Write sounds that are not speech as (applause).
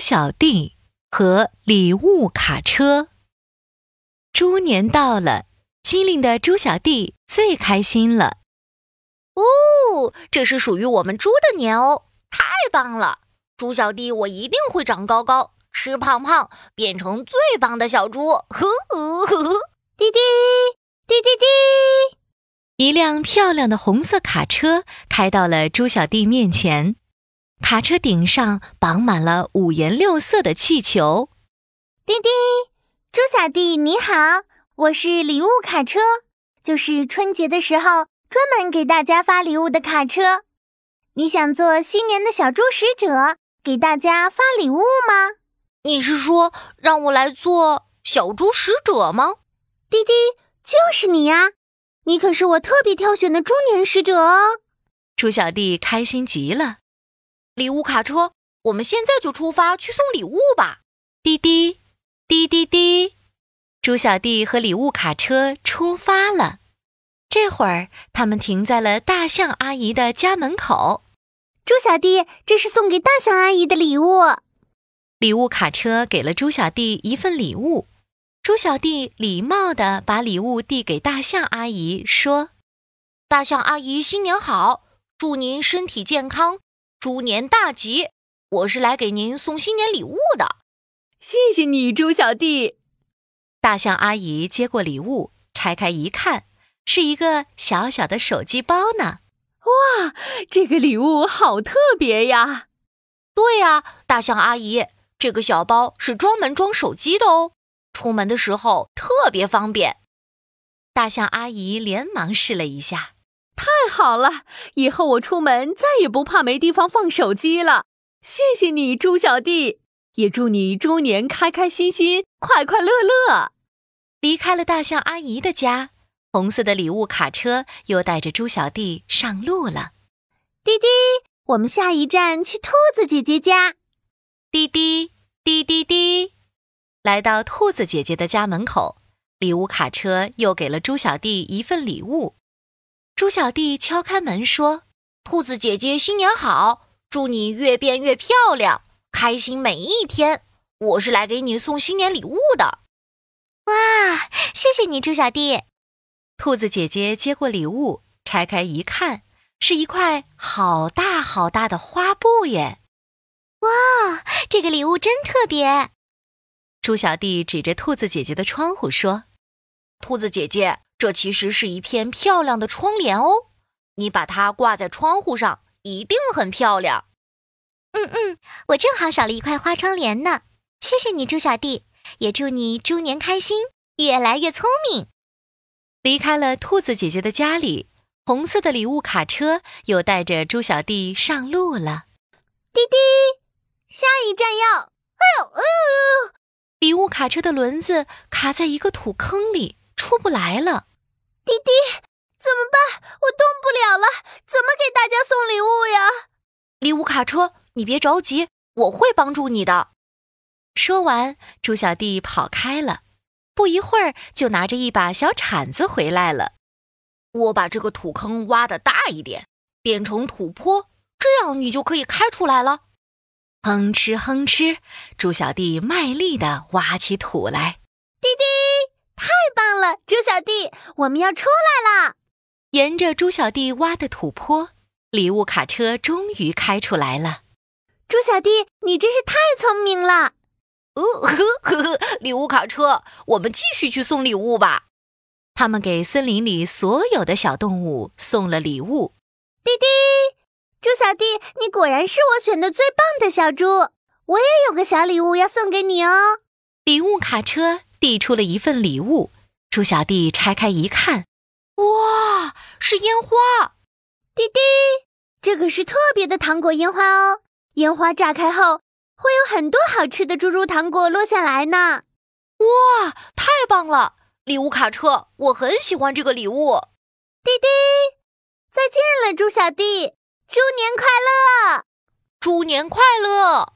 小弟和礼物卡车。猪年到了，机灵的猪小弟最开心了。哦，这是属于我们猪的年哦，太棒了！猪小弟，我一定会长高高，吃胖胖，变成最棒的小猪。呵呵呵呵，滴滴滴滴滴， (laughs) 一辆漂亮的红色卡车开到了猪小弟面前，卡车顶上绑满了五颜六色的气球。滴滴，猪小弟你好，我是礼物卡车，就是春节的时候。专门给大家发礼物的卡车，你想做新年的小猪使者，给大家发礼物吗？你是说让我来做小猪使者吗？滴滴，就是你呀、啊！你可是我特别挑选的猪年使者哦。猪小弟开心极了。礼物卡车，我们现在就出发去送礼物吧！滴滴，滴滴滴，猪小弟和礼物卡车出发了。这会儿，他们停在了大象阿姨的家门口。猪小弟，这是送给大象阿姨的礼物。礼物卡车给了猪小弟一份礼物。猪小弟礼貌地把礼物递给大象阿姨，说：“大象阿姨，新年好！祝您身体健康，猪年大吉！我是来给您送新年礼物的。”谢谢你，猪小弟。大象阿姨接过礼物，拆开一看。是一个小小的手机包呢！哇，这个礼物好特别呀！对呀、啊，大象阿姨，这个小包是专门装手机的哦，出门的时候特别方便。大象阿姨连忙试了一下，太好了！以后我出门再也不怕没地方放手机了。谢谢你，猪小弟，也祝你猪年开开心心、快快乐乐。离开了大象阿姨的家。红色的礼物卡车又带着猪小弟上路了。滴滴，我们下一站去兔子姐姐家。滴滴滴滴滴，来到兔子姐姐的家门口，礼物卡车又给了猪小弟一份礼物。猪小弟敲开门说：“兔子姐姐，新年好！祝你越变越漂亮，开心每一天。我是来给你送新年礼物的。”哇，谢谢你，猪小弟。兔子姐姐接过礼物，拆开一看，是一块好大好大的花布耶！哇，这个礼物真特别！猪小弟指着兔子姐姐的窗户说：“兔子姐姐，这其实是一片漂亮的窗帘哦，你把它挂在窗户上，一定很漂亮。”“嗯嗯，我正好少了一块花窗帘呢。谢谢你，猪小弟，也祝你猪年开心，越来越聪明。”离开了兔子姐姐的家里，红色的礼物卡车又带着猪小弟上路了。滴滴，下一站要……哎呦，哎呦！礼物卡车的轮子卡在一个土坑里，出不来了。滴滴，怎么办？我动不了了，怎么给大家送礼物呀？礼物卡车，你别着急，我会帮助你的。说完，猪小弟跑开了。不一会儿就拿着一把小铲子回来了。我把这个土坑挖的大一点，变成土坡，这样你就可以开出来了。哼哧哼哧，猪小弟卖力地挖起土来。滴滴，太棒了，猪小弟，我们要出来了！沿着猪小弟挖的土坡，礼物卡车终于开出来了。猪小弟，你真是太聪明了！呃呵呵，礼物卡车，我们继续去送礼物吧。他们给森林里所有的小动物送了礼物。滴滴，猪小弟，你果然是我选的最棒的小猪。我也有个小礼物要送给你哦。礼物卡车递出了一份礼物，猪小弟拆开一看，哇，是烟花！滴滴，这个是特别的糖果烟花哦。烟花炸开后。会有很多好吃的猪猪糖果落下来呢！哇，太棒了！礼物卡车，我很喜欢这个礼物。滴滴，再见了，猪小弟，猪年快乐！猪年快乐！